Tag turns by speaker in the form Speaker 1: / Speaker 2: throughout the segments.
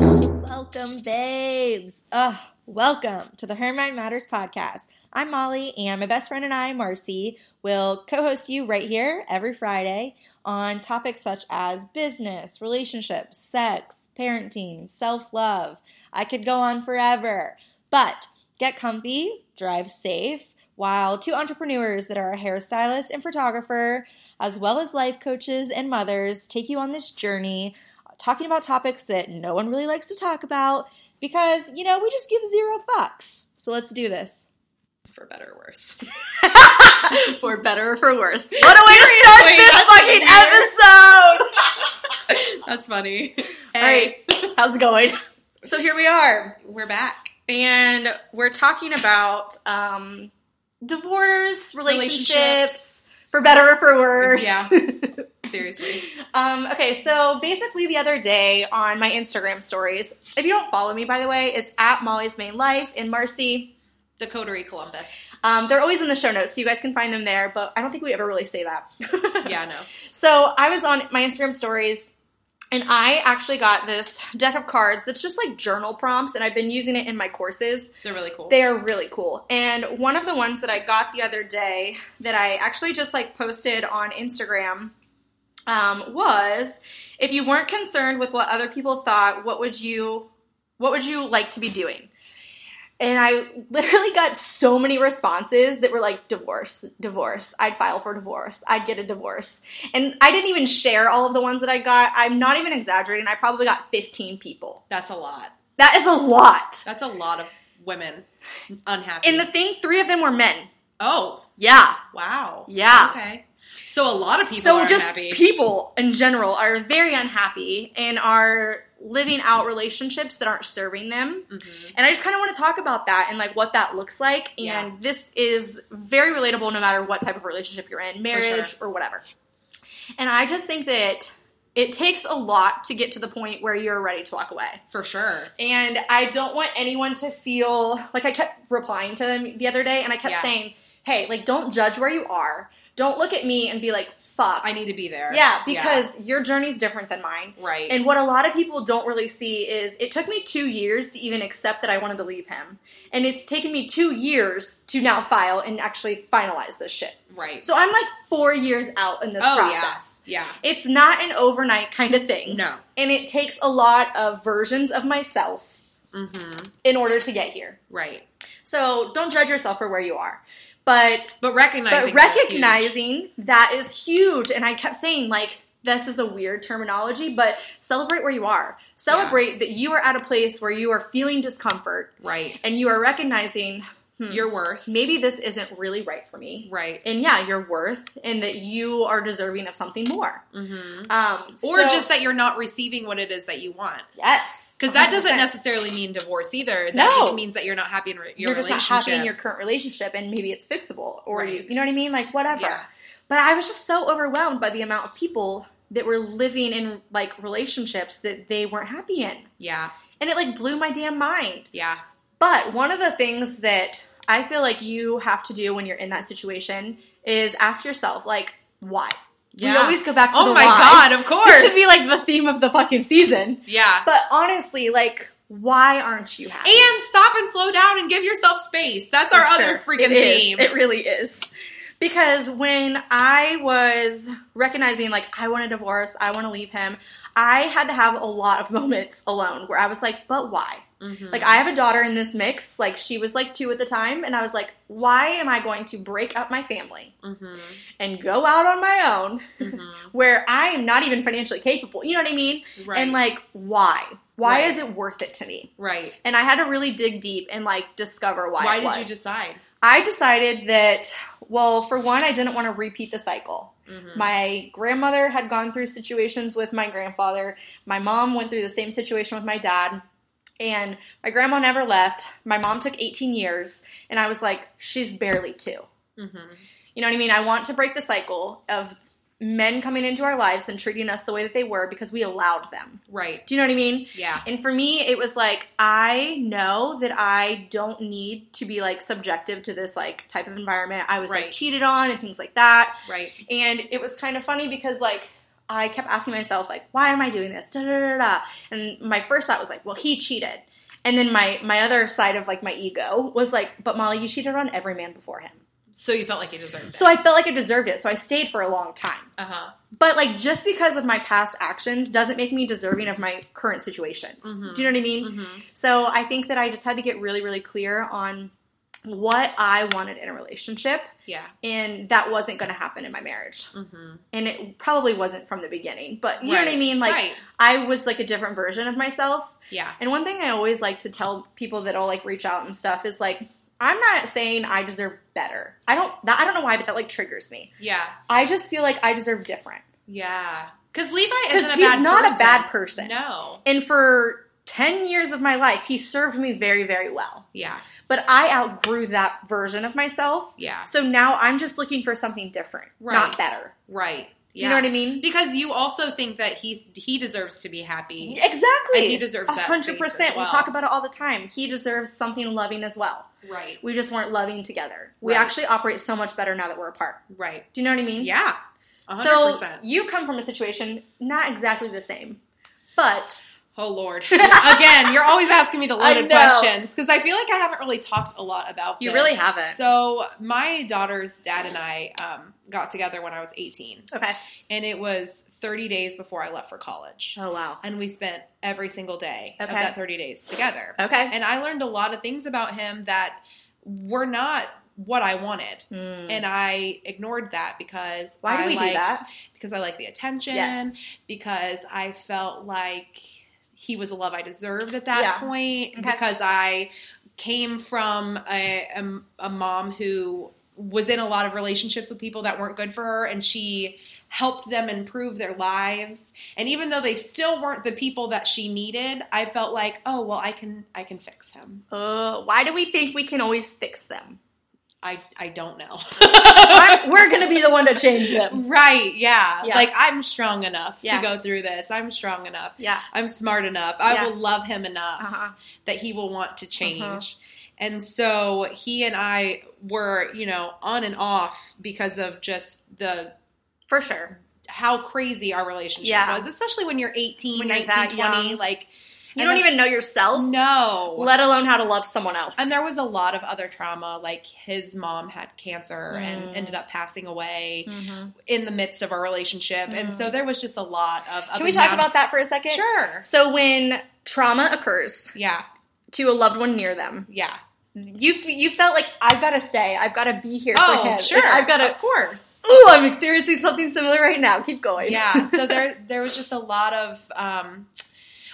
Speaker 1: Welcome, babes. Ugh, welcome to the Her Mind Matters podcast. I'm Molly, and my best friend and I, Marcy, will co host you right here every Friday on topics such as business, relationships, sex, parenting, self love. I could go on forever, but get comfy, drive safe. While two entrepreneurs that are a hairstylist and photographer, as well as life coaches and mothers, take you on this journey talking about topics that no one really likes to talk about because, you know, we just give zero fucks. So let's do this.
Speaker 2: For better or worse. for better or for worse.
Speaker 1: What a way to start
Speaker 2: Wait,
Speaker 1: this
Speaker 2: that's
Speaker 1: fucking episode!
Speaker 2: weird. That's funny.
Speaker 1: All right, how's it going?
Speaker 2: So here we are. We're back. And we're talking about um
Speaker 1: Divorce, relationships,
Speaker 2: relationships.
Speaker 1: for better or for worse.
Speaker 2: Yeah. Seriously.
Speaker 1: Um, okay, so basically the other day on my Instagram stories, if you don't follow me, by the way, it's at Molly's Main Life and Marcy.
Speaker 2: The Coterie Columbus.
Speaker 1: Um, they're always in the show notes, so you guys can find them there, but I don't think we ever really say that.
Speaker 2: Yeah, no.
Speaker 1: So I was on my Instagram stories and I actually got this deck of cards that's just like journal prompts and I've been using it in my courses.
Speaker 2: They're really cool.
Speaker 1: They are really cool. And one of the ones that I got the other day that I actually just like posted on Instagram um, was if you weren't concerned with what other people thought, what would you what would you like to be doing? And I literally got so many responses that were like divorce, divorce. I'd file for divorce. I'd get a divorce. And I didn't even share all of the ones that I got. I'm not even exaggerating. I probably got 15 people.
Speaker 2: That's a lot.
Speaker 1: That is a lot.
Speaker 2: That's a lot of women unhappy.
Speaker 1: In the thing, three of them were men.
Speaker 2: Oh,
Speaker 1: Yeah.
Speaker 2: wow.
Speaker 1: Yeah.
Speaker 2: Okay. So a lot of people
Speaker 1: so
Speaker 2: are
Speaker 1: just
Speaker 2: happy.
Speaker 1: people in general are very unhappy and are living out relationships that aren't serving them.
Speaker 2: Mhm.
Speaker 1: And I just kind of want to talk about that and like what that looks like. And
Speaker 2: Yeah.
Speaker 1: this is very relatable no matter what type of relationship you're in, marriage or whatever. And I just think that it takes a lot to get to the point where you're ready to walk away.
Speaker 2: For sure.
Speaker 1: And I don't want anyone to feel like I kept replying to them the other day and I kept
Speaker 2: Yeah.
Speaker 1: saying, hey, like don't judge where you are. Don't look at me and be like, fuck.
Speaker 2: I need to be there.
Speaker 1: yeah, because your journey's different than mine.
Speaker 2: Right.
Speaker 1: And what a lot of people don't really see is it took me two years to even accept that I wanted to leave him. And it's taken me two years to now file and actually finalize this shit.
Speaker 2: right.
Speaker 1: So I'm like four years out in this
Speaker 2: Oh, yeah.
Speaker 1: process.
Speaker 2: yeah.
Speaker 1: It's not an overnight kind of thing.
Speaker 2: No.
Speaker 1: And it takes a lot of versions of myself
Speaker 2: Mm-hmm.
Speaker 1: in order to get here.
Speaker 2: Right.
Speaker 1: So don't judge yourself for where you are. But
Speaker 2: But
Speaker 1: but
Speaker 2: recognizing
Speaker 1: recognizing that is huge. And I kept saying, like, this is a weird terminology, but celebrate where you are. Celebrate that you are at a place where you are feeling discomfort
Speaker 2: right
Speaker 1: and you are recognizing hmm,
Speaker 2: your worth
Speaker 1: maybe this isn't really right for me.
Speaker 2: right
Speaker 1: And yeah, your worth and that you are deserving of something more.
Speaker 2: mm-hmm.
Speaker 1: Um,
Speaker 2: or
Speaker 1: so-
Speaker 2: just that you're not receiving what it is that you want
Speaker 1: yes,
Speaker 2: because that
Speaker 1: 100%.
Speaker 2: doesn't necessarily mean divorce either that
Speaker 1: No.
Speaker 2: just means that you're not happy in re- your
Speaker 1: you're just not
Speaker 2: relationship
Speaker 1: happy in your current relationship, and maybe it's fixable, or you,
Speaker 2: Right.
Speaker 1: you know what I mean, like whatever.
Speaker 2: yeah
Speaker 1: But I was just so overwhelmed by the amount of people that were living in like relationships that they weren't happy in.
Speaker 2: yeah
Speaker 1: And it like blew my damn mind.
Speaker 2: yeah
Speaker 1: But one of the things that I feel like you have to do when you're in that situation is ask yourself, like, why?
Speaker 2: yeah
Speaker 1: We always go back to
Speaker 2: oh
Speaker 1: the
Speaker 2: my
Speaker 1: why.
Speaker 2: god of
Speaker 1: This
Speaker 2: course
Speaker 1: should be like the theme of the fucking season.
Speaker 2: yeah
Speaker 1: But honestly, like, why aren't you happy?
Speaker 2: and stop and slow down and give yourself space that's our
Speaker 1: For
Speaker 2: other
Speaker 1: sure.
Speaker 2: freaking
Speaker 1: It is.
Speaker 2: theme
Speaker 1: It really is. Because when I was recognizing, like, I want a divorce, I want to leave him, I had to have a lot of moments alone where I was like, but why?
Speaker 2: Mhm.
Speaker 1: Like, I have a daughter in this mix. Like, she was like two at the time. And I was like, why am I going to break up my family
Speaker 2: Mhm.
Speaker 1: and go out on my own
Speaker 2: Mhm.
Speaker 1: where I am not even financially capable? You know what I mean?
Speaker 2: right
Speaker 1: And like, why? Why
Speaker 2: Right.
Speaker 1: is it worth it to me?
Speaker 2: right
Speaker 1: And I had to really dig deep and like discover why.
Speaker 2: why,
Speaker 1: it
Speaker 2: did you
Speaker 1: was.
Speaker 2: decide
Speaker 1: I decided that, well, for one, I didn't want to repeat the cycle.
Speaker 2: Mhm.
Speaker 1: My grandmother had gone through situations with my grandfather. My mom went through the same situation with my dad. And my grandma never left. My mom took 18 years. And I was like, she's barely two.
Speaker 2: Mhm.
Speaker 1: You know what I mean? I want to break the cycle of men coming into our lives and treating us the way that they were because we allowed them.
Speaker 2: right
Speaker 1: Do you know what I mean?
Speaker 2: yeah
Speaker 1: And for me, it was like, I know that I don't need to be like subjective to this like type of environment. I was like
Speaker 2: Right.
Speaker 1: cheated on and things like that.
Speaker 2: right
Speaker 1: And it was kind of funny because like I kept asking myself, like, why am I doing this? Da, da, da, da. And my first thought was like, well, he cheated. And then my my other side of like my ego was like, but Molly, you cheated on every man before him.
Speaker 2: So you felt like you deserved it.
Speaker 1: So I felt like I deserved it. So I stayed for a long time.
Speaker 2: uh huh.
Speaker 1: But like just because of my past actions doesn't make me deserving of my current situations.
Speaker 2: Mhm.
Speaker 1: Do you know what I mean?
Speaker 2: Mm-hmm.
Speaker 1: So I think that I just had to get really, really clear on what I wanted in a relationship,
Speaker 2: Yeah.
Speaker 1: and that wasn't going to happen in my marriage.
Speaker 2: Mm-hmm.
Speaker 1: And it probably wasn't from the beginning, but you know what I
Speaker 2: Right.
Speaker 1: mean? Like,
Speaker 2: right.
Speaker 1: I was like a different version of myself.
Speaker 2: Yeah.
Speaker 1: And one thing I always like to tell people that'll like reach out and stuff is like, I'm not saying I deserve better. I don't that I don't know why, but that like triggers me.
Speaker 2: Yeah.
Speaker 1: I just feel like I deserve different.
Speaker 2: Yeah. Because Levi
Speaker 1: Because
Speaker 2: isn't a
Speaker 1: he's
Speaker 2: bad
Speaker 1: not
Speaker 2: person.
Speaker 1: a bad person.
Speaker 2: No.
Speaker 1: And for 10 years of my life, he served me very, very well.
Speaker 2: Yeah.
Speaker 1: But I outgrew that version of myself.
Speaker 2: Yeah.
Speaker 1: So now I'm just looking for something different,
Speaker 2: Right.
Speaker 1: not better.
Speaker 2: Right.
Speaker 1: Do
Speaker 2: Yeah.
Speaker 1: you know what I mean?
Speaker 2: Because you also think that he's he deserves to be happy.
Speaker 1: Exactly.
Speaker 2: And he deserves that space
Speaker 1: hundred percent.
Speaker 2: as
Speaker 1: We
Speaker 2: well.
Speaker 1: talk about it all the time. He deserves something loving as well.
Speaker 2: Right.
Speaker 1: We just weren't loving together. We
Speaker 2: Right.
Speaker 1: actually operate so much better now that we're apart.
Speaker 2: Right.
Speaker 1: Do you know what I mean?
Speaker 2: Yeah. A hundred
Speaker 1: So
Speaker 2: percent.
Speaker 1: you come from a situation not exactly the same, but
Speaker 2: Oh Lord! Again, you're always asking me the loaded
Speaker 1: I know.
Speaker 2: questions because I feel like I haven't really talked a lot about.
Speaker 1: You
Speaker 2: this.
Speaker 1: really haven't.
Speaker 2: So my daughter's dad and I um, got together when I was 18,
Speaker 1: okay.
Speaker 2: and it was 30 days before I left for college,
Speaker 1: Oh wow.
Speaker 2: and we spent every single day of
Speaker 1: Okay.
Speaker 2: that 30 days together.
Speaker 1: Okay.
Speaker 2: And I learned a lot of things about him that were not what I wanted,
Speaker 1: Hmm.
Speaker 2: and I ignored that because
Speaker 1: Mm. Why do
Speaker 2: I
Speaker 1: we do
Speaker 2: liked-
Speaker 1: that?
Speaker 2: Because I like the attention
Speaker 1: Yes.
Speaker 2: because I felt like he was the love I deserved at that
Speaker 1: Yeah.
Speaker 2: point
Speaker 1: Okay.
Speaker 2: because I came from a, a, a mom who was in a lot of relationships with people that weren't good for her and she helped them improve their lives and even though they still weren't the people that she needed I felt like oh well I can I can fix him
Speaker 1: Uh, why do we think we can always fix them?
Speaker 2: I I don't know
Speaker 1: Why- we're gonna be the one to change them.
Speaker 2: right yeah.
Speaker 1: Yeah.
Speaker 2: like I'm strong enough
Speaker 1: Yeah.
Speaker 2: to go through this I'm strong enough
Speaker 1: Yeah.
Speaker 2: I'm smart enough I
Speaker 1: Yeah.
Speaker 2: will love him enough
Speaker 1: Uh-huh.
Speaker 2: that he will want to change.
Speaker 1: Uh-huh.
Speaker 2: And so he and I were, you know, on and off because of just the
Speaker 1: For sure.
Speaker 2: how crazy our relationship
Speaker 1: Yeah.
Speaker 2: was, especially when you're 18,
Speaker 1: When you're
Speaker 2: 19,
Speaker 1: that
Speaker 2: 20,
Speaker 1: young.
Speaker 2: like
Speaker 1: You
Speaker 2: And
Speaker 1: don't
Speaker 2: then-
Speaker 1: even know yourself,
Speaker 2: no.
Speaker 1: let alone how to love someone else.
Speaker 2: and there was a lot of other trauma, like his mom had cancer
Speaker 1: Mm.
Speaker 2: and ended up passing away in the midst of our relationship. And
Speaker 1: Mm.
Speaker 2: so there was just a lot of up
Speaker 1: Can we
Speaker 2: and
Speaker 1: talk
Speaker 2: down-
Speaker 1: about that for a second?
Speaker 2: Sure.
Speaker 1: So when trauma occurs
Speaker 2: Yeah.
Speaker 1: to a loved one near them,
Speaker 2: Yeah.
Speaker 1: you you felt like I've got to stay, I've got to be here for him.
Speaker 2: Oh,
Speaker 1: Like,
Speaker 2: sure.
Speaker 1: I've got to.
Speaker 2: Of course.
Speaker 1: Oh, I'm experiencing something similar right now. Keep going.
Speaker 2: yeah so there there was just a lot of um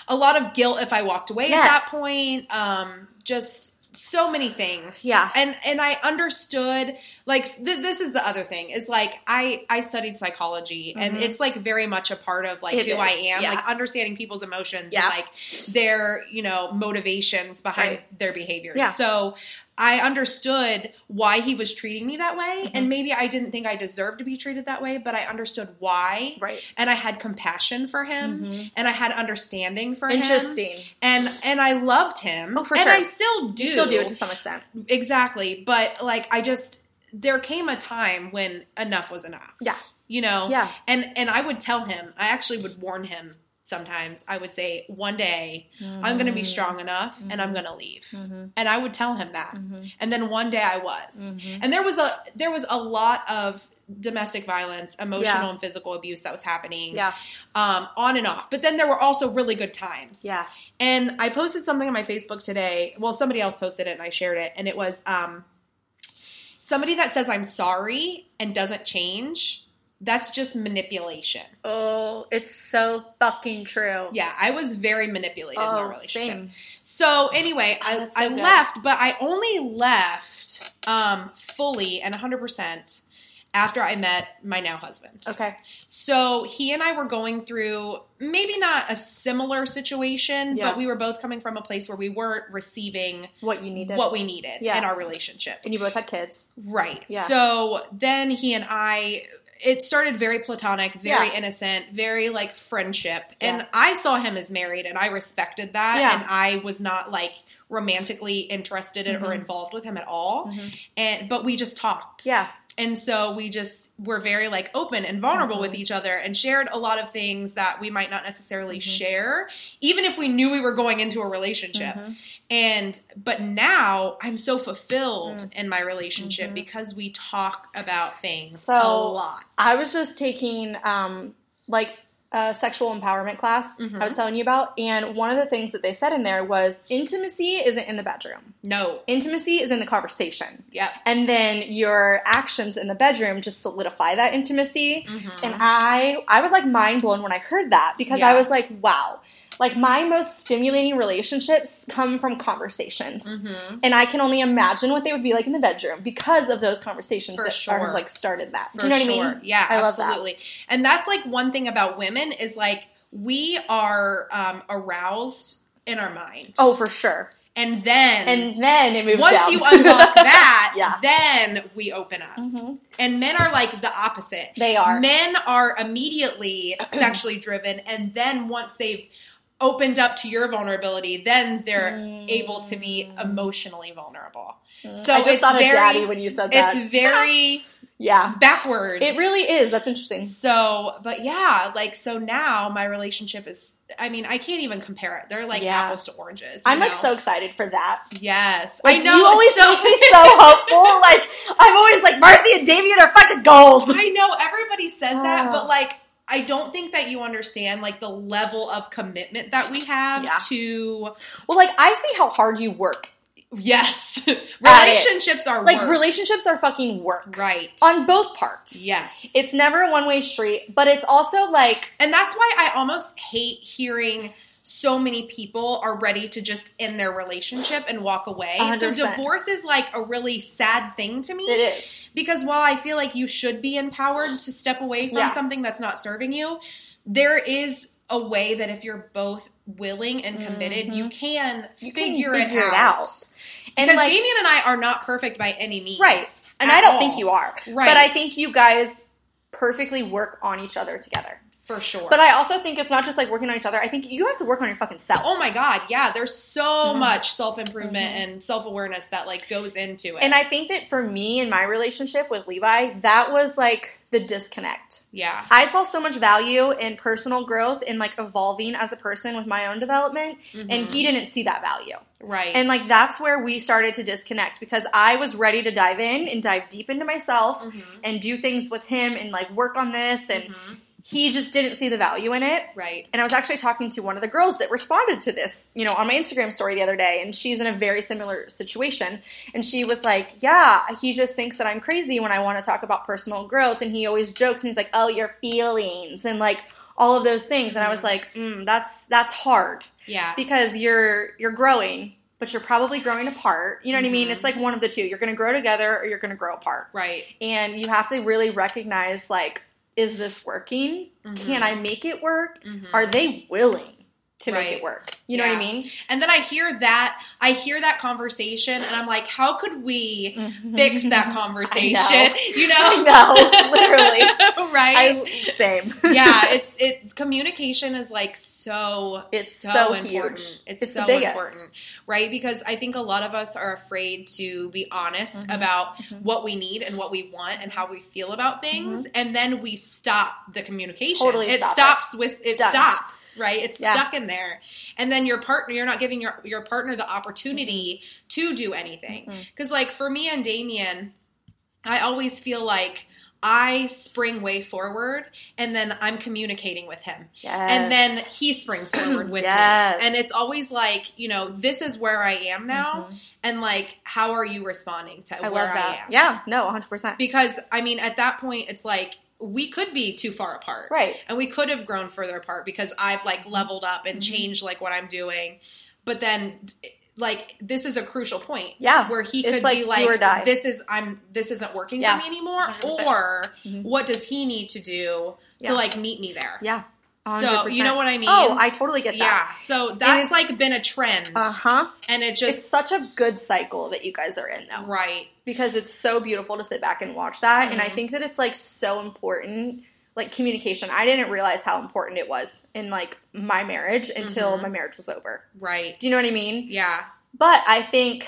Speaker 2: a lot of guilt if i walked away at that
Speaker 1: Yes.
Speaker 2: point um just so many things
Speaker 1: Yeah.
Speaker 2: and and i understood like th- this is the other thing is like i i studied psychology and
Speaker 1: Mhm.
Speaker 2: it's like very much a part of like
Speaker 1: It
Speaker 2: who
Speaker 1: is,
Speaker 2: i am
Speaker 1: yeah.
Speaker 2: like understanding people's emotions
Speaker 1: Yeah.
Speaker 2: and like their you know motivations behind their behaviors
Speaker 1: Yeah.
Speaker 2: so I understood why he was treating me that way,
Speaker 1: Mhm.
Speaker 2: and maybe I didn't think I deserved to be treated that way, but I understood why
Speaker 1: Right.
Speaker 2: and I had compassion for him and I had understanding for him.
Speaker 1: Mm-hmm. Interesting.
Speaker 2: And and I loved him.
Speaker 1: Oh, for
Speaker 2: and
Speaker 1: sure.
Speaker 2: I still do.
Speaker 1: You still do it to some extent.
Speaker 2: Exactly. But like I just there came a time when enough was enough.
Speaker 1: Yeah.
Speaker 2: You know?
Speaker 1: Yeah.
Speaker 2: And and I would tell him, I actually would warn him sometimes. I would say, one day I'm gonna be
Speaker 1: Mm.
Speaker 2: strong enough and I'm
Speaker 1: Mm-hmm.
Speaker 2: gonna leave. And I would tell him that.
Speaker 1: Mm.
Speaker 2: And then one day I was. And there was a there was a lot of domestic violence, emotional
Speaker 1: Yeah.
Speaker 2: and physical abuse that was happening
Speaker 1: Yeah.
Speaker 2: um, on and off. But then there were also really good times.
Speaker 1: Yeah.
Speaker 2: And I posted something on my Facebook today. Well, somebody else posted it and I shared it. And it was um, somebody that says, I'm sorry and doesn't change. That's just manipulation.
Speaker 1: Oh, it's so fucking true.
Speaker 2: Yeah, I was very manipulated in our
Speaker 1: Oh,
Speaker 2: relationship.
Speaker 1: same.
Speaker 2: So anyway, I,
Speaker 1: That's so
Speaker 2: I
Speaker 1: good.
Speaker 2: left, but I only left um, fully and 100% after I met my now husband.
Speaker 1: Okay.
Speaker 2: So he and I were going through maybe not a similar situation,
Speaker 1: Yeah.
Speaker 2: but we were both coming from a place where we weren't receiving
Speaker 1: What you needed.
Speaker 2: what we needed
Speaker 1: Yeah.
Speaker 2: in our relationship.
Speaker 1: And you both had kids.
Speaker 2: Right.
Speaker 1: Yeah.
Speaker 2: So then he and I it started very platonic, very
Speaker 1: Yeah.
Speaker 2: innocent, very like friendship.
Speaker 1: Yeah.
Speaker 2: And I saw him as married and I respected that
Speaker 1: Yeah.
Speaker 2: and I was not like romantically interested in or
Speaker 1: Mhm.
Speaker 2: involved with him at all.
Speaker 1: Mhm.
Speaker 2: And but we just talked.
Speaker 1: Yeah.
Speaker 2: And so we just were very like open and vulnerable
Speaker 1: Mhm.
Speaker 2: with each other and shared a lot of things that we might not necessarily
Speaker 1: Mhm.
Speaker 2: share, even if we knew we were going into a relationship.
Speaker 1: Mm-hmm.
Speaker 2: And but now I'm so fulfilled in my relationship
Speaker 1: Mhm.
Speaker 2: because we talk about things
Speaker 1: So,
Speaker 2: a lot.
Speaker 1: I was just taking um, like a sexual empowerment class
Speaker 2: Mhm.
Speaker 1: I was telling you about, and one of the things that they said in there was intimacy isn't in the bedroom.
Speaker 2: no.
Speaker 1: Intimacy is in the conversation,
Speaker 2: Yep.
Speaker 1: and then your actions in the bedroom just solidify that intimacy.
Speaker 2: Mhm.
Speaker 1: And I I was like mind blown when I heard that because I
Speaker 2: Yeah.
Speaker 1: was like, wow. Like my most stimulating relationships come from conversations.
Speaker 2: Mhm.
Speaker 1: And I can only imagine what they would be like in the bedroom because of those conversations
Speaker 2: For
Speaker 1: that
Speaker 2: sure.
Speaker 1: sort of like started that.
Speaker 2: For
Speaker 1: Do you know
Speaker 2: sure.
Speaker 1: what I mean?
Speaker 2: Yeah,
Speaker 1: I love that.
Speaker 2: absolutely. And that's like one thing about women is like we are um, aroused in our mind.
Speaker 1: Oh, for sure.
Speaker 2: And then
Speaker 1: And then it moves
Speaker 2: once
Speaker 1: down.
Speaker 2: you unlock that,
Speaker 1: Yeah.
Speaker 2: then we open up.
Speaker 1: Mhm.
Speaker 2: And men are like the opposite.
Speaker 1: They are.
Speaker 2: Men are immediately sexually driven, and then once they've opened up to your vulnerability, then they're
Speaker 1: Mm.
Speaker 2: able to be emotionally vulnerable.
Speaker 1: Mm.
Speaker 2: so
Speaker 1: I just
Speaker 2: it's
Speaker 1: thought
Speaker 2: very-
Speaker 1: of daddy when you said that.
Speaker 2: It's very
Speaker 1: yeah.
Speaker 2: backwards.
Speaker 1: It really is. That's interesting.
Speaker 2: So, but yeah, like so now my relationship is. I mean, I can't even compare it. They're like
Speaker 1: Yeah.
Speaker 2: apples to oranges. you
Speaker 1: I'm like
Speaker 2: know?
Speaker 1: so excited for that.
Speaker 2: Yes,
Speaker 1: Like,
Speaker 2: I know.
Speaker 1: You always
Speaker 2: so
Speaker 1: make me so hopeful. Like I'm always like Marcy and Damien are fucking goals.
Speaker 2: I know everybody says that,
Speaker 1: Oh.
Speaker 2: but like I don't think that you understand like the level of commitment that we have
Speaker 1: Yeah.
Speaker 2: to
Speaker 1: Well, like I see how hard you work.
Speaker 2: yes.
Speaker 1: At it.
Speaker 2: Relationships are
Speaker 1: Like
Speaker 2: work.
Speaker 1: relationships are fucking work
Speaker 2: right.
Speaker 1: on both parts.
Speaker 2: yes.
Speaker 1: it's never a one way street, but it's also like
Speaker 2: and that's why I almost hate hearing so many people are ready to just end their relationship and walk away. So
Speaker 1: 100%.
Speaker 2: divorce is like a really sad thing to me.
Speaker 1: it is.
Speaker 2: because while I feel like you should be empowered to step away from
Speaker 1: Yeah.
Speaker 2: something that's not serving you, there is a way that if you're both willing and committed, Mm-hmm. you can
Speaker 1: You can figure
Speaker 2: figure, it
Speaker 1: it
Speaker 2: out.
Speaker 1: out. And
Speaker 2: because
Speaker 1: like
Speaker 2: Damien and I are not perfect by any means.
Speaker 1: right, and
Speaker 2: at
Speaker 1: I don't
Speaker 2: all.
Speaker 1: think you are.
Speaker 2: Right.
Speaker 1: But I think you guys perfectly work on each other together.
Speaker 2: For sure.
Speaker 1: But I also think it's not just like working on each other. I think you have to work on your fucking self.
Speaker 2: oh my God. Yeah. There's so
Speaker 1: Mhm.
Speaker 2: much self improvement
Speaker 1: Mhm.
Speaker 2: and self awareness that like goes into it.
Speaker 1: And I think that for me in my relationship with Levi, that was like the disconnect.
Speaker 2: yeah.
Speaker 1: I saw so much value in personal growth and like evolving as a person with my own development, and
Speaker 2: Mhm.
Speaker 1: he didn't see that value.
Speaker 2: Right.
Speaker 1: And like that's where we started to disconnect because I was ready to dive in and dive deep into myself
Speaker 2: Mhm.
Speaker 1: and do things with him and like work on this, and
Speaker 2: Mhm.
Speaker 1: he just didn't see the value in it.
Speaker 2: Right.
Speaker 1: And I was actually talking to one of the girls that responded to this, you know, on my Instagram story the other day, and she's in a very similar situation. And she was like, Yeah, he just thinks that I'm crazy when I want to talk about personal growth. And he always jokes and he's like, Oh, your feelings and like all of those things. And I was like, mm, that's that's hard
Speaker 2: Yeah.
Speaker 1: because you're you're growing, but you're probably growing apart. You know what I mean?
Speaker 2: Mhm.
Speaker 1: It's like one of the two. You're gonna grow together or you're gonna grow apart.
Speaker 2: Right.
Speaker 1: And you have to really recognize like, is this working?
Speaker 2: Mm-hmm.
Speaker 1: Can I make it work?
Speaker 2: Mhm.
Speaker 1: are they willing to
Speaker 2: Right.
Speaker 1: make it work? You know what I
Speaker 2: Yeah.
Speaker 1: mean?
Speaker 2: And then I hear that, I hear that conversation, and I'm like, how could we fix that conversation? You
Speaker 1: Mm-hmm. I
Speaker 2: know?
Speaker 1: know, literally.
Speaker 2: right?
Speaker 1: I same.
Speaker 2: yeah, it's it's communication is like so
Speaker 1: It's
Speaker 2: so,
Speaker 1: so huge.
Speaker 2: important. It's,
Speaker 1: It's the
Speaker 2: so
Speaker 1: biggest.
Speaker 2: important, right? Because I think a lot of us are afraid to be honest
Speaker 1: Mhm.
Speaker 2: about
Speaker 1: Mhm.
Speaker 2: what we need and what we want and how we feel about things, and then we stop the communication.
Speaker 1: Mm-hmm. Totally
Speaker 2: it
Speaker 1: stop it.
Speaker 2: stops with it
Speaker 1: It's done.
Speaker 2: stops right. It's
Speaker 1: Yeah.
Speaker 2: stuck in there, and then your partner you're not giving your your partner the opportunity
Speaker 1: Mm-hmm.
Speaker 2: to do anything.
Speaker 1: Mhm.
Speaker 2: Because like for me and Damien, I always feel like. I spring way forward and then I'm communicating with him.
Speaker 1: Yes.
Speaker 2: And then he springs forward with
Speaker 1: Yes.
Speaker 2: me. And it's always like, you know, this is where I am now.
Speaker 1: Mhm.
Speaker 2: And like, how are you responding to
Speaker 1: I
Speaker 2: where
Speaker 1: love
Speaker 2: I
Speaker 1: that.
Speaker 2: am?
Speaker 1: Yeah, no, 100%.
Speaker 2: Because, I mean, at that point, it's like, we could be too far apart.
Speaker 1: Right.
Speaker 2: And we could have grown further apart because I've like leveled up and
Speaker 1: Mhm.
Speaker 2: changed like what I'm doing. But then, like, this is a crucial point.
Speaker 1: Yeah.
Speaker 2: Where he
Speaker 1: It's
Speaker 2: could
Speaker 1: like
Speaker 2: be
Speaker 1: do
Speaker 2: like,
Speaker 1: or die.
Speaker 2: this is I'm this isn't working
Speaker 1: Yeah.
Speaker 2: for me anymore,
Speaker 1: 100%.
Speaker 2: or
Speaker 1: Mhm.
Speaker 2: what does he need to do
Speaker 1: Yeah.
Speaker 2: to like meet me there?
Speaker 1: Yeah.
Speaker 2: So you know what I mean?
Speaker 1: Oh, I totally get that.
Speaker 2: yeah. So
Speaker 1: And
Speaker 2: that's
Speaker 1: it's-
Speaker 2: like been a trend,
Speaker 1: Uh-huh.
Speaker 2: and it
Speaker 1: it's
Speaker 2: just
Speaker 1: such a good cycle that you guys are in though.
Speaker 2: right.
Speaker 1: Because it's so beautiful to sit back and watch that. And I
Speaker 2: Mhm.
Speaker 1: think that it's like so important. Like communication. I didn't realize how important it was in like my marriage until
Speaker 2: Mhm.
Speaker 1: my marriage was over.
Speaker 2: Right.
Speaker 1: Do you know what I mean?
Speaker 2: Yeah.
Speaker 1: But I think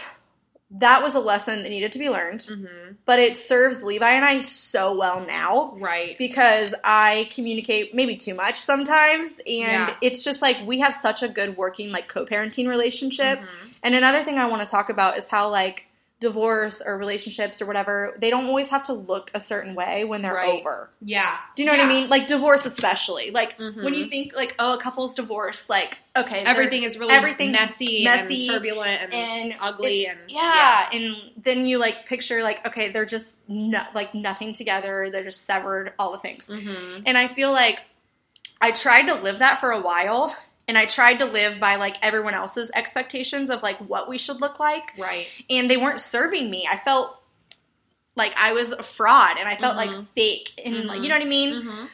Speaker 1: that was a lesson that needed to be learned,
Speaker 2: Mhm.
Speaker 1: but it serves Levi and I so well now
Speaker 2: Right.
Speaker 1: because I communicate maybe too much sometimes and
Speaker 2: Yeah.
Speaker 1: it's just like we have such a good working like co-parenting relationship.
Speaker 2: Mhm.
Speaker 1: And another thing I want to talk about is how like divorce or relationships or whatever, they don't always have to look a certain way when they're
Speaker 2: Right.
Speaker 1: over.
Speaker 2: Yeah.
Speaker 1: Do you know what I
Speaker 2: Yeah.
Speaker 1: mean? Like divorce especially. Like when
Speaker 2: Mhm.
Speaker 1: you think like oh a couple's divorce like okay they're-
Speaker 2: everything is really
Speaker 1: everything's
Speaker 2: messy,
Speaker 1: messy
Speaker 2: and turbulent and,
Speaker 1: and
Speaker 2: ugly
Speaker 1: it's-
Speaker 2: and
Speaker 1: yeah, and then you like picture like okay they're just no, like nothing together they're just severed all the things
Speaker 2: Mhm.
Speaker 1: and i feel like i tried to live that for a while and i tried to live by like everyone else's expectations of like what we should look like
Speaker 2: Right.
Speaker 1: and they weren't serving me i felt like i was a fraud and i felt like
Speaker 2: Mhm.
Speaker 1: fake and like you know what i mean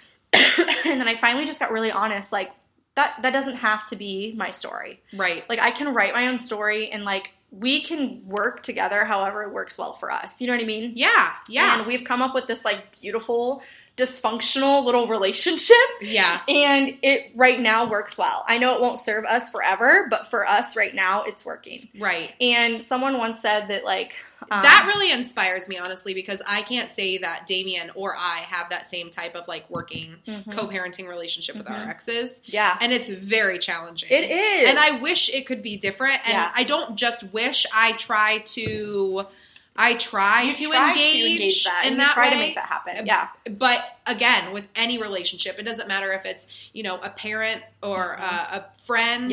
Speaker 2: Mhm.
Speaker 1: and then i finally just got really honest like that that doesn't have to be my story
Speaker 2: Right.
Speaker 1: like I can write my own story and like we can work together however it works well for us. You know what I mean?
Speaker 2: Yeah. Yeah.
Speaker 1: And we've come up with this like beautiful dysfunctional little relationship
Speaker 2: yeah.
Speaker 1: and it right now works well. I know it won't serve us forever, but for us right now it's working.
Speaker 2: Right.
Speaker 1: And someone once said that like um,
Speaker 2: that really inspires me honestly because I can't say that Damien or I have that same type of like working
Speaker 1: Mhm.
Speaker 2: co-parenting relationship with our
Speaker 1: Mhm.
Speaker 2: exes
Speaker 1: yeah.
Speaker 2: and it's very challenging.
Speaker 1: It is.
Speaker 2: And I wish it could be different and
Speaker 1: Yeah.
Speaker 2: I don't just wish I try to I try,
Speaker 1: you
Speaker 2: to,
Speaker 1: try
Speaker 2: engage
Speaker 1: to engage that
Speaker 2: in
Speaker 1: and you
Speaker 2: that
Speaker 1: try
Speaker 2: way.
Speaker 1: to make that happen.
Speaker 2: Um,
Speaker 1: Yeah.
Speaker 2: But again, with any relationship, it doesn't matter if it's you know a parent or uh, a friend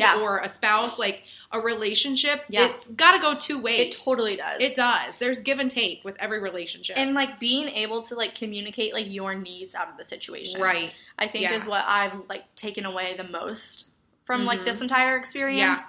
Speaker 1: Mm-hmm. Yeah.
Speaker 2: or a spouse. Like a relationship,
Speaker 1: Yeah.
Speaker 2: it's got to go two ways.
Speaker 1: It totally does.
Speaker 2: It does. There's give and take with every relationship.
Speaker 1: and like being able to like communicate like your needs out of the situation.
Speaker 2: right.
Speaker 1: I think
Speaker 2: Yeah.
Speaker 1: is what I've like taken away the most from like
Speaker 2: Mhm.
Speaker 1: this entire experience.
Speaker 2: Yeah.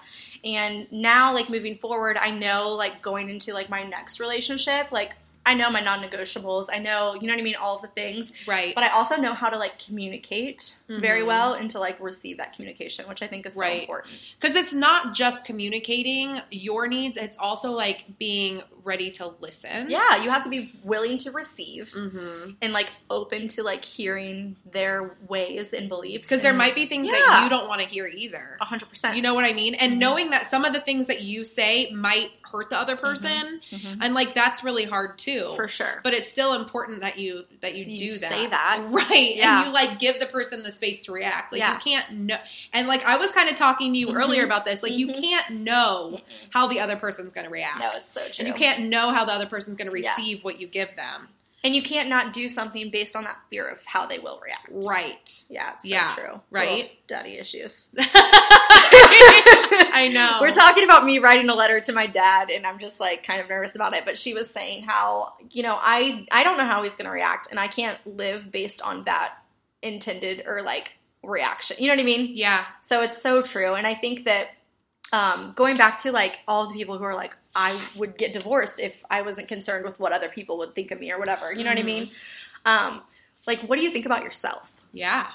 Speaker 1: And now like moving forward, I know like going into like my next relationship, like I know my non-negotiables. I know, you know what I mean, all of the things,
Speaker 2: Right.
Speaker 1: but I also know how to like communicate very
Speaker 2: Mhm.
Speaker 1: well and to like receive that communication, which I think is so
Speaker 2: Right.
Speaker 1: important.
Speaker 2: Because it's not just communicating your needs, it's also like being ready to listen.
Speaker 1: Yeah, you have to be willing to receive
Speaker 2: Mm-hmm.
Speaker 1: and like open to like hearing their ways and beliefs.
Speaker 2: Because there might be things that
Speaker 1: Yeah.
Speaker 2: you don't want to hear either.
Speaker 1: 100%.
Speaker 2: You know what I mean? And
Speaker 1: Mhm.
Speaker 2: knowing that some of the things that you say might hurt the other person,
Speaker 1: Mhm.
Speaker 2: and like that's really hard too.
Speaker 1: for sure.
Speaker 2: But it's still important that you that you,
Speaker 1: You
Speaker 2: do that.
Speaker 1: say that.
Speaker 2: Right.
Speaker 1: Yeah.
Speaker 2: And you like give the person the space to react. Like
Speaker 1: Yeah.
Speaker 2: you can't know and like I was kind of talking to you
Speaker 1: Mhm.
Speaker 2: earlier about this. Like you
Speaker 1: Mhm.
Speaker 2: can't know
Speaker 1: Mm-mm.
Speaker 2: how the other person's gonna react.
Speaker 1: no, it's so true.
Speaker 2: And you can't know how the other person's going to
Speaker 1: Yeah.
Speaker 2: receive what you give them.
Speaker 1: And you can't not do something based on that fear of how they will react.
Speaker 2: Right.
Speaker 1: Yeah, it's so
Speaker 2: Yeah,
Speaker 1: true.
Speaker 2: right?
Speaker 1: Little daddy issues.
Speaker 2: I know.
Speaker 1: We're talking about me writing a letter to my dad, and I'm just like kind of nervous about it. But she was saying how you know I I don't know how he's going to react, and I can't live based on that intended or like reaction. You know what I mean?
Speaker 2: Yeah.
Speaker 1: So it's so true, and I think that um, going back to like all the people who are like, I would get divorced if I wasn't concerned with what other people would think of me or whatever. You know what I
Speaker 2: Mhm.
Speaker 1: mean? Um, like, what do you think about yourself?
Speaker 2: Yeah.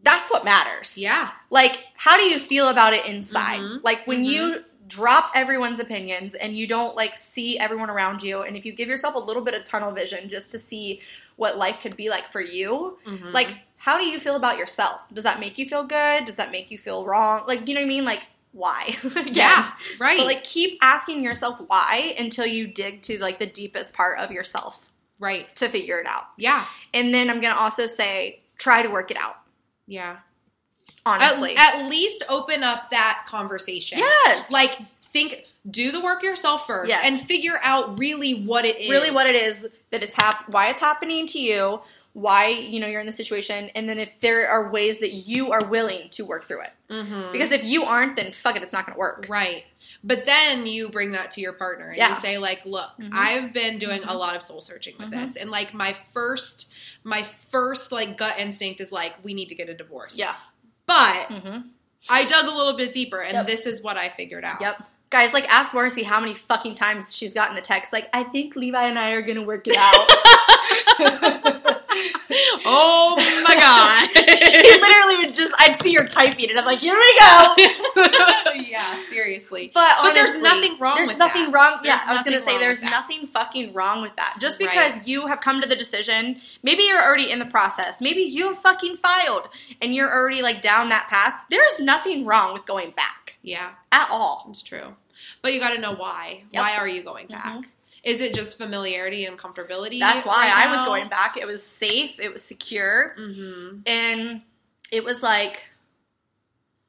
Speaker 1: That's what matters.
Speaker 2: Yeah.
Speaker 1: Like, how do you feel about it inside?
Speaker 2: Mhm.
Speaker 1: Like when you drop everyone's opinions and you don't like see everyone around you, and if you give yourself a little bit of tunnel vision just to see what life could be like for you,
Speaker 2: Mm-hmm.
Speaker 1: like, how do you feel about yourself? Does that make you feel good? Does that make you feel wrong? Like, you know what I mean? Like, why? Again.
Speaker 2: yeah. Right.
Speaker 1: But like, keep asking yourself why until you dig to like the deepest part of yourself
Speaker 2: right.
Speaker 1: to figure it out.
Speaker 2: Yeah.
Speaker 1: And then I'm gonna also say, try to work it out.
Speaker 2: Yeah. At,
Speaker 1: Honestly,
Speaker 2: at least open up that conversation.
Speaker 1: yes,
Speaker 2: Like think do the work yourself first
Speaker 1: Yes.
Speaker 2: and figure out really what it is.
Speaker 1: really what it is that it's hap- why it's happening to you, why you know you're in the situation, and then if there are ways that you are willing to work through it.
Speaker 2: Mhm.
Speaker 1: Because if you aren't, then fuck it, it's not gonna work.
Speaker 2: Right. But then you bring that to your partner and
Speaker 1: Yeah.
Speaker 2: you say, like, look,
Speaker 1: Mhm.
Speaker 2: I've been doing a
Speaker 1: Mhm.
Speaker 2: lot of soul searching with
Speaker 1: Mhm.
Speaker 2: this. And like my first my first like gut instinct is like, we need to get a divorce.
Speaker 1: Yeah.
Speaker 2: But
Speaker 1: Mm-hmm.
Speaker 2: I dug a little bit deeper and
Speaker 1: Yep.
Speaker 2: this is what I figured out.
Speaker 1: Yep. Guys, like ask Marcy how many fucking times she's gotten the text, like, I think Levi and I are gonna work it out.
Speaker 2: Oh my
Speaker 1: she
Speaker 2: god.
Speaker 1: literally would just I'd see her typing and I'm like, here we go.
Speaker 2: yeah, seriously.
Speaker 1: But,
Speaker 2: But there's
Speaker 1: honestly,
Speaker 2: nothing wrong
Speaker 1: There's
Speaker 2: with
Speaker 1: nothing
Speaker 2: that.
Speaker 1: wrong. Yeah,
Speaker 2: There's
Speaker 1: I was gonna
Speaker 2: nothing
Speaker 1: say
Speaker 2: wrong
Speaker 1: there's
Speaker 2: with that.
Speaker 1: nothing fucking wrong with that. Just
Speaker 2: Right.
Speaker 1: because you have come to the decision, maybe you're already in the process. Maybe you have fucking filed and you're already like down that path. There's nothing wrong with going back
Speaker 2: Yeah,
Speaker 1: at all.
Speaker 2: it's true. But you got to know why.
Speaker 1: Yep. Mm-hmm.
Speaker 2: Why are you going back? Is it just familiarity and comfortability?
Speaker 1: That's why I was going back. It was safe, it was secure,
Speaker 2: Mm-hmm.
Speaker 1: and it was like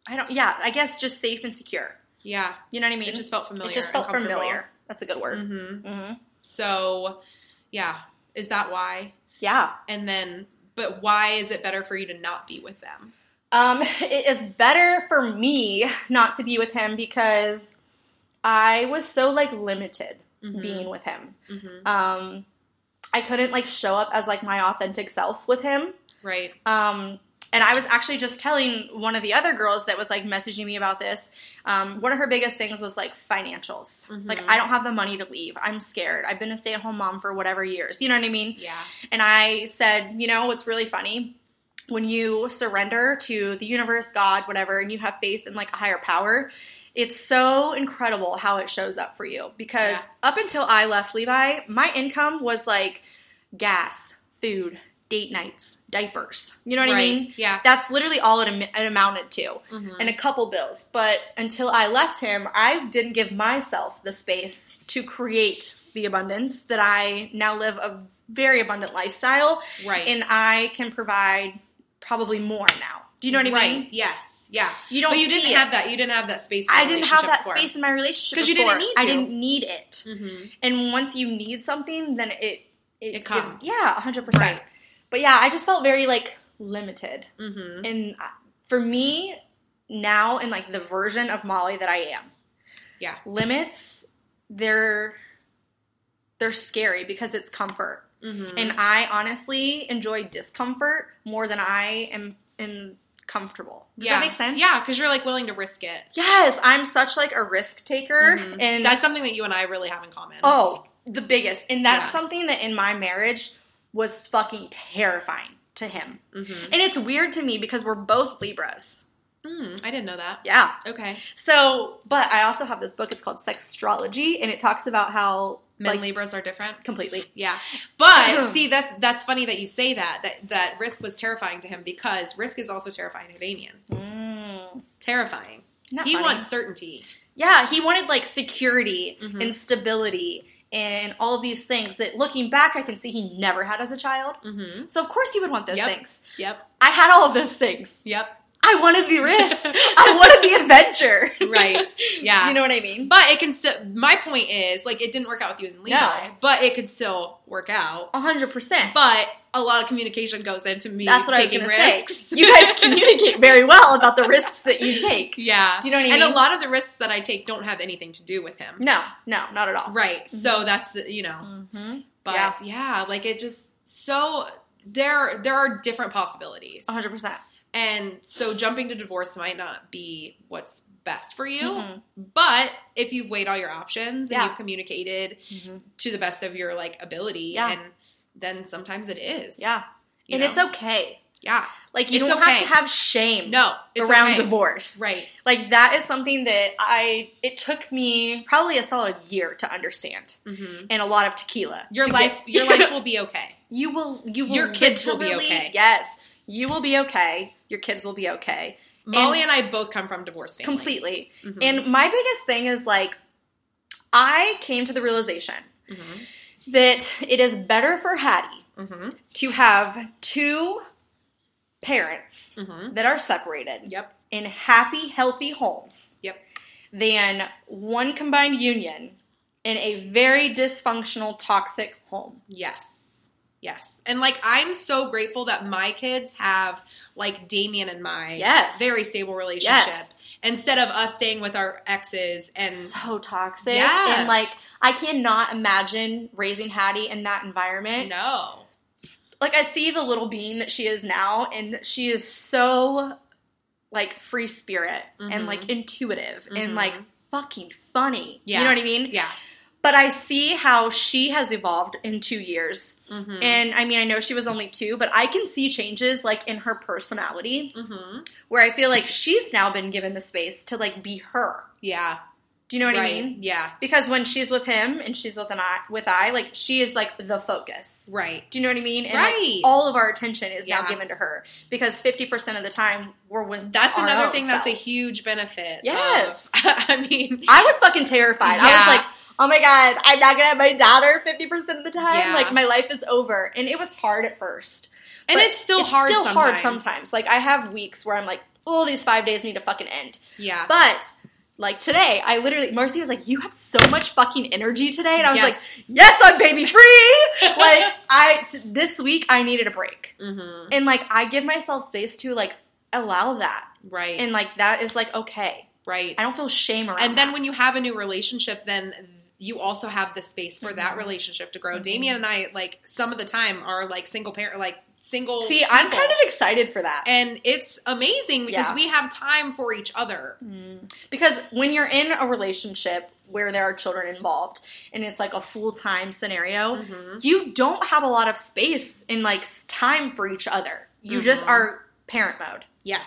Speaker 1: I don't yeah, I guess just safe and secure.
Speaker 2: Yeah,
Speaker 1: You know what I mean?
Speaker 2: it just felt
Speaker 1: Mm-hmm.
Speaker 2: familiar.
Speaker 1: It just
Speaker 2: and
Speaker 1: felt
Speaker 2: comfortable.
Speaker 1: familiar. That's a good word.
Speaker 2: Mm-hmm.
Speaker 1: Mm-hmm.
Speaker 2: So, yeah, is that why?
Speaker 1: Yeah.
Speaker 2: And then, but why is it better for you to not be with them?
Speaker 1: Um, it is better for me not to be with him because I was so like limited
Speaker 2: Mhm.
Speaker 1: being with him.
Speaker 2: Mhm.
Speaker 1: Um, I couldn't like show up as like my authentic self with him.
Speaker 2: Right.
Speaker 1: Um, and I was actually just telling one of the other girls that was like messaging me about this. Um, one of her biggest things was like financials.
Speaker 2: Mhm.
Speaker 1: Like, I don't have the money to leave. I'm scared. I've been a stay at home mom for whatever years. You know what I mean?
Speaker 2: Yeah.
Speaker 1: And I said, you know what's really funny? When you surrender to the universe, God, whatever, and you have faith in like a higher power, it's so incredible how it shows up for you. Because
Speaker 2: Yeah.
Speaker 1: up until I left Levi, my income was like gas, food, date nights, diapers. You know what I
Speaker 2: Right.
Speaker 1: mean?
Speaker 2: Yeah.
Speaker 1: That's literally all it, am- it amounted to,
Speaker 2: Mhm.
Speaker 1: and a couple bills. But until I left him, I didn't give myself the space to create the abundance that I now live a very abundant lifestyle,
Speaker 2: right.
Speaker 1: and I can provide probably more now. Do you know what I
Speaker 2: right.
Speaker 1: mean?
Speaker 2: Yes. Yeah.
Speaker 1: You don't.
Speaker 2: but you didn't
Speaker 1: see it.
Speaker 2: have that. You didn't have that space. in
Speaker 1: I
Speaker 2: the
Speaker 1: didn't have
Speaker 2: relationship
Speaker 1: that
Speaker 2: before.
Speaker 1: space in my relationship
Speaker 2: 'Cause you didn't
Speaker 1: before.
Speaker 2: need
Speaker 1: I
Speaker 2: to.
Speaker 1: didn't need it.
Speaker 2: Mhm.
Speaker 1: And once you need something, then it it,
Speaker 2: It
Speaker 1: gives-
Speaker 2: comes.
Speaker 1: yeah, hundred percent.
Speaker 2: Right.
Speaker 1: But yeah, I just felt very like limited.
Speaker 2: Mhm.
Speaker 1: And uh, for me now, in like the version of Molly that I am,
Speaker 2: Yeah.
Speaker 1: limits they're they're scary because it's comfort.
Speaker 2: Mhm.
Speaker 1: And I honestly enjoy discomfort more than I am am comfortable. Does
Speaker 2: yeah.
Speaker 1: that make sense?
Speaker 2: Yeah, because you're like willing to risk it.
Speaker 1: Yes, I'm such like a risk taker,
Speaker 2: Mhm.
Speaker 1: and
Speaker 2: That's something that you and I really have in common.
Speaker 1: oh the biggest. And that's
Speaker 2: Yeah.
Speaker 1: something that in my marriage was fucking terrifying to him.
Speaker 2: Mhm.
Speaker 1: And it's weird to me because we're both Libras.
Speaker 2: Mm, I didn't know that.
Speaker 1: Yeah.
Speaker 2: Okay.
Speaker 1: So, but I also have this book. It's called Sextrology, and it talks about how
Speaker 2: Men
Speaker 1: like
Speaker 2: Libras are different.
Speaker 1: completely.
Speaker 2: Yeah. But see, that's that's funny that you say that. That that risk was terrifying to him because risk is also terrifying to Damien.
Speaker 1: Mm,
Speaker 2: Terrifying.
Speaker 1: not
Speaker 2: he
Speaker 1: funny.
Speaker 2: wants certainty.
Speaker 1: Yeah, he wanted like security
Speaker 2: Mhm.
Speaker 1: and stability and all of these things that looking back, I can see he never had as a child.
Speaker 2: Mm-hmm.
Speaker 1: So, of course, he would want those
Speaker 2: Yep.
Speaker 1: things.
Speaker 2: Yep.
Speaker 1: I had all of those things.
Speaker 2: Yep.
Speaker 1: I wanted the risk, I wanted the adventure.
Speaker 2: Right. Yeah.
Speaker 1: Do you know what I mean?
Speaker 2: but it can still. My point is, like, it didn't work out with you and Levi,
Speaker 1: No.
Speaker 2: but it could still work out.
Speaker 1: 100%.
Speaker 2: But a lot of communication goes into me
Speaker 1: That's what I was
Speaker 2: taking
Speaker 1: going to say.
Speaker 2: risks.
Speaker 1: You guys communicate very well about the risks that you take.
Speaker 2: yeah.
Speaker 1: Do you know what I
Speaker 2: And
Speaker 1: mean?
Speaker 2: a lot of the risks that I take don't have anything to do with him.
Speaker 1: No, no, not at all.
Speaker 2: Right. So that's the, you know.
Speaker 1: Mm-hmm.
Speaker 2: But yeah.
Speaker 1: Yeah.
Speaker 2: like it just so there there are different possibilities.
Speaker 1: 100%.
Speaker 2: And so jumping to divorce might not be what's best for you,
Speaker 1: Mhm.
Speaker 2: but if you've weighed all your options and
Speaker 1: Yeah.
Speaker 2: you've communicated to the best of your like ability
Speaker 1: Yeah.
Speaker 2: and then sometimes it is.
Speaker 1: Yeah.
Speaker 2: you
Speaker 1: and
Speaker 2: know?
Speaker 1: it's okay.
Speaker 2: Yeah.
Speaker 1: Like, you
Speaker 2: It's
Speaker 1: don't
Speaker 2: okay.
Speaker 1: have to have shame
Speaker 2: No, it's
Speaker 1: around
Speaker 2: okay.
Speaker 1: divorce.
Speaker 2: Right.
Speaker 1: Like, that is something that I, it took me probably a solid year to understand
Speaker 2: hmm
Speaker 1: and a lot of tequila.
Speaker 2: Your
Speaker 1: Mm-hmm. to
Speaker 2: life
Speaker 1: get-
Speaker 2: your life will be okay.
Speaker 1: you will, you will,
Speaker 2: Your kids will be
Speaker 1: literally-
Speaker 2: okay.
Speaker 1: Yes. You will be okay. Your kids will be okay.
Speaker 2: Molly and, I both come from divorce families.
Speaker 1: Completely.
Speaker 2: Mhm.
Speaker 1: And my biggest thing is like, I came to the realization
Speaker 2: Mhm.
Speaker 1: that it is better for Hattie
Speaker 2: Mhm.
Speaker 1: to have two parents
Speaker 2: Mhm.
Speaker 1: that are separated
Speaker 2: Yep.
Speaker 1: in happy, healthy homes
Speaker 2: Yep.
Speaker 1: than one combined union in a very dysfunctional, toxic home.
Speaker 2: Yes. Yes. And like I'm so grateful that my kids have like Damien and my
Speaker 1: Yes.
Speaker 2: very stable relationship
Speaker 1: Yes.
Speaker 2: instead of us staying with our exes and
Speaker 1: so toxic.
Speaker 2: Yes.
Speaker 1: And like, I cannot imagine raising Hattie in that environment.
Speaker 2: no.
Speaker 1: Like, I see the little being that she is now, and she is so like free spirit
Speaker 2: Mhm.
Speaker 1: and like intuitive
Speaker 2: Mhm.
Speaker 1: and like fucking funny.
Speaker 2: Yeah.
Speaker 1: You know what I mean?
Speaker 2: Yeah.
Speaker 1: But I see how she has evolved in two years.
Speaker 2: Mm-hmm.
Speaker 1: And I mean, I know she was only two, but I can see changes like in her personality
Speaker 2: mm-hmm.
Speaker 1: where I feel like she's now been given the space to like be her.
Speaker 2: Yeah.
Speaker 1: Do you know what I
Speaker 2: Right.
Speaker 1: mean?
Speaker 2: Yeah.
Speaker 1: Because when she's with him and she's with an eye, with I, like she is like the focus.
Speaker 2: Right.
Speaker 1: Do you know what I mean? And like,
Speaker 2: Right.
Speaker 1: all of our attention is now
Speaker 2: Yeah.
Speaker 1: given to her because 50% of the time we're with
Speaker 2: That's
Speaker 1: our
Speaker 2: another
Speaker 1: own
Speaker 2: thing that's a
Speaker 1: self.
Speaker 2: huge benefit.
Speaker 1: Yes.
Speaker 2: of- I mean,
Speaker 1: I was fucking terrified. I was
Speaker 2: Yeah.
Speaker 1: like, oh my God, I'm not going to have my daughter 50% of the time.
Speaker 2: Yeah.
Speaker 1: Like, my life is over. And it was hard at first.
Speaker 2: and
Speaker 1: But
Speaker 2: it's still hard
Speaker 1: still
Speaker 2: sometimes.
Speaker 1: hard sometimes. Like, I have weeks where I'm like, oh, these five days need to fucking end.
Speaker 2: Yeah.
Speaker 1: But like today, I literally Marcy was like, "You have so much fucking energy today," and I was
Speaker 2: Yes.
Speaker 1: like, "Yes, I'm baby free." like I t- this week I needed a break,
Speaker 2: mm-hmm.
Speaker 1: and like I give myself space to like allow that,
Speaker 2: Right.
Speaker 1: and like that is like okay.
Speaker 2: right.
Speaker 1: I don't feel shame around.
Speaker 2: And then
Speaker 1: that.
Speaker 2: when you have a new relationship, then you also have the space for that
Speaker 1: Mhm.
Speaker 2: relationship to grow.
Speaker 1: Mhm.
Speaker 2: Damien and I, like, some of the time are like single parent, like single.
Speaker 1: see, I'm
Speaker 2: people.
Speaker 1: kind of excited for that.
Speaker 2: And it's amazing because
Speaker 1: Yeah.
Speaker 2: we have time for each other.
Speaker 1: Mm. Because when you're in a relationship where there are children involved and it's like a full time scenario,
Speaker 2: Mhm.
Speaker 1: you don't have a lot of space and like s- time for each other. You just
Speaker 2: Mhm.
Speaker 1: are parent mode.
Speaker 2: Yes.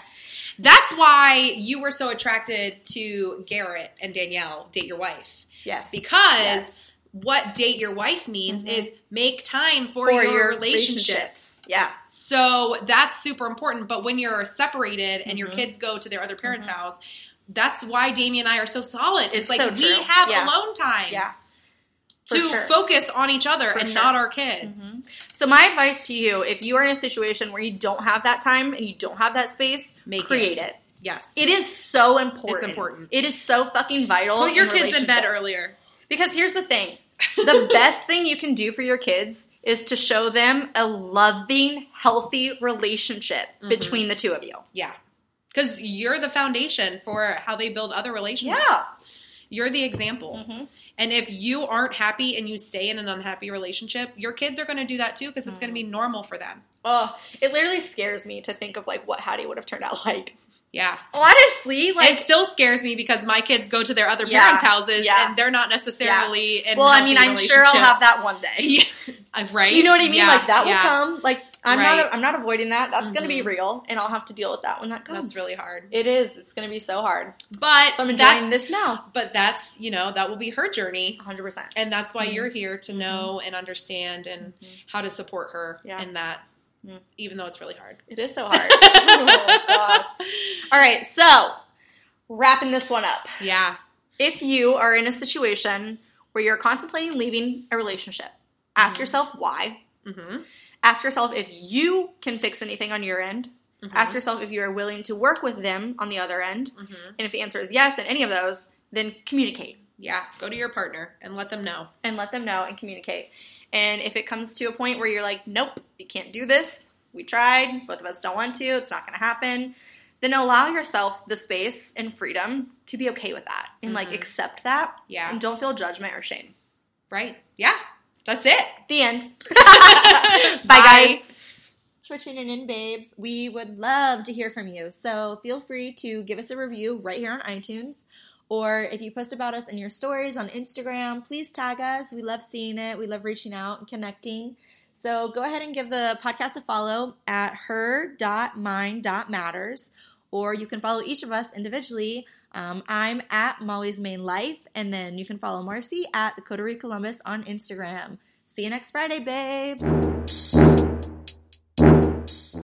Speaker 2: That's why you were so attracted to Garrett and Danielle, date your wife.
Speaker 1: Yes.
Speaker 2: Because what date your wife means
Speaker 1: Mhm.
Speaker 2: is make time for, your, relationship.
Speaker 1: Yeah.
Speaker 2: So that's super important. But when you're separated and your
Speaker 1: Mhm.
Speaker 2: kids go to their other parents'
Speaker 1: Mhm.
Speaker 2: house, that's why Damien and I are so solid. It's,
Speaker 1: It's
Speaker 2: like
Speaker 1: so
Speaker 2: we
Speaker 1: true.
Speaker 2: have
Speaker 1: Yeah.
Speaker 2: alone time
Speaker 1: Yeah. For
Speaker 2: to
Speaker 1: sure.
Speaker 2: focus on each other
Speaker 1: For
Speaker 2: and
Speaker 1: sure.
Speaker 2: not our kids.
Speaker 1: Mhm. So my advice to you, if you are in a situation where you don't have that time and you don't have that space,
Speaker 2: Make
Speaker 1: create it.
Speaker 2: Yes.
Speaker 1: It is so important.
Speaker 2: It's important.
Speaker 1: It is so fucking vital.
Speaker 2: Put your
Speaker 1: in
Speaker 2: kids in bed
Speaker 1: relationships.
Speaker 2: earlier.
Speaker 1: Because here's the thing. The best thing you can do for your kids is to show them a loving, healthy relationship
Speaker 2: Mhm.
Speaker 1: between the two of you.
Speaker 2: Yeah. Because you're the foundation for how they build other relationships.
Speaker 1: Yeah. Mm-hmm.
Speaker 2: You're the example. And if you aren't happy and you stay in an unhappy relationship, your kids are going to do that too because it's
Speaker 1: Mm-hmm.
Speaker 2: going to be normal for them.
Speaker 1: Oh, it literally scares me to think of like what Hattie would have turned out like.
Speaker 2: Yeah.
Speaker 1: Honestly, like
Speaker 2: it still scares me because my kids go to their other
Speaker 1: Yeah.
Speaker 2: parents' houses
Speaker 1: Yeah.
Speaker 2: and they're not necessarily in
Speaker 1: well, I mean,
Speaker 2: healthy
Speaker 1: I'm sure I'll have
Speaker 2: relationships.
Speaker 1: that one day.
Speaker 2: Yeah. uh, right.
Speaker 1: Do you know what I mean?
Speaker 2: Yeah,
Speaker 1: Like that
Speaker 2: yeah.
Speaker 1: will come. Like I'm
Speaker 2: Right.
Speaker 1: not I'm not avoiding that. That's going to be
Speaker 2: Mhm.
Speaker 1: real and I'll have to deal with that when that comes.
Speaker 2: That's really hard.
Speaker 1: It is. It's going to be so hard.
Speaker 2: But
Speaker 1: So I'm enjoying
Speaker 2: that's,
Speaker 1: this now.
Speaker 2: but that's, you know, that will be her journey.
Speaker 1: 100%.
Speaker 2: And that's why
Speaker 1: Mhm.
Speaker 2: you're here to know and understand and how to support her
Speaker 1: Yeah.
Speaker 2: in that,
Speaker 1: Mm.
Speaker 2: even though it's really hard.
Speaker 1: It is so hard. oh gosh. All right, so wrapping this one up.
Speaker 2: Yeah.
Speaker 1: If you are in a situation where you're contemplating leaving a relationship, ask
Speaker 2: Mhm.
Speaker 1: yourself why.
Speaker 2: Mm-hmm.
Speaker 1: Ask yourself if you can fix anything on your end.
Speaker 2: Mm-hmm.
Speaker 1: Ask yourself if you are willing to work with them on the other end.
Speaker 2: Mhm.
Speaker 1: And if the answer is yes in any of those, then communicate
Speaker 2: Yeah. Go to your partner and let them know.
Speaker 1: and let them know and communicate. And if it comes to a point where you're like, nope, you can't do this, we tried, both of us don't want to, it's not going to happen, then allow yourself the space and freedom to be okay with that and like
Speaker 2: Mhm.
Speaker 1: accept that
Speaker 2: Yeah.
Speaker 1: and don't feel judgment or shame.
Speaker 2: Right. Yeah. That's it.
Speaker 1: The end.
Speaker 2: Bye,
Speaker 1: Bye, guys.
Speaker 3: Thanks for tuning in, babes. We would love to hear from you. So feel free to give us a review right here on iTunes. Or if you post about us in your stories on Instagram, please tag us. We love seeing it. We love reaching out and connecting. So go ahead and give the podcast a follow at her.mind.matters. Or you can follow each of us individually. Um, I'm at Molly's Main Life. And then you can follow Marcy at the Coterie Columbus on Instagram. See you next Friday, babes.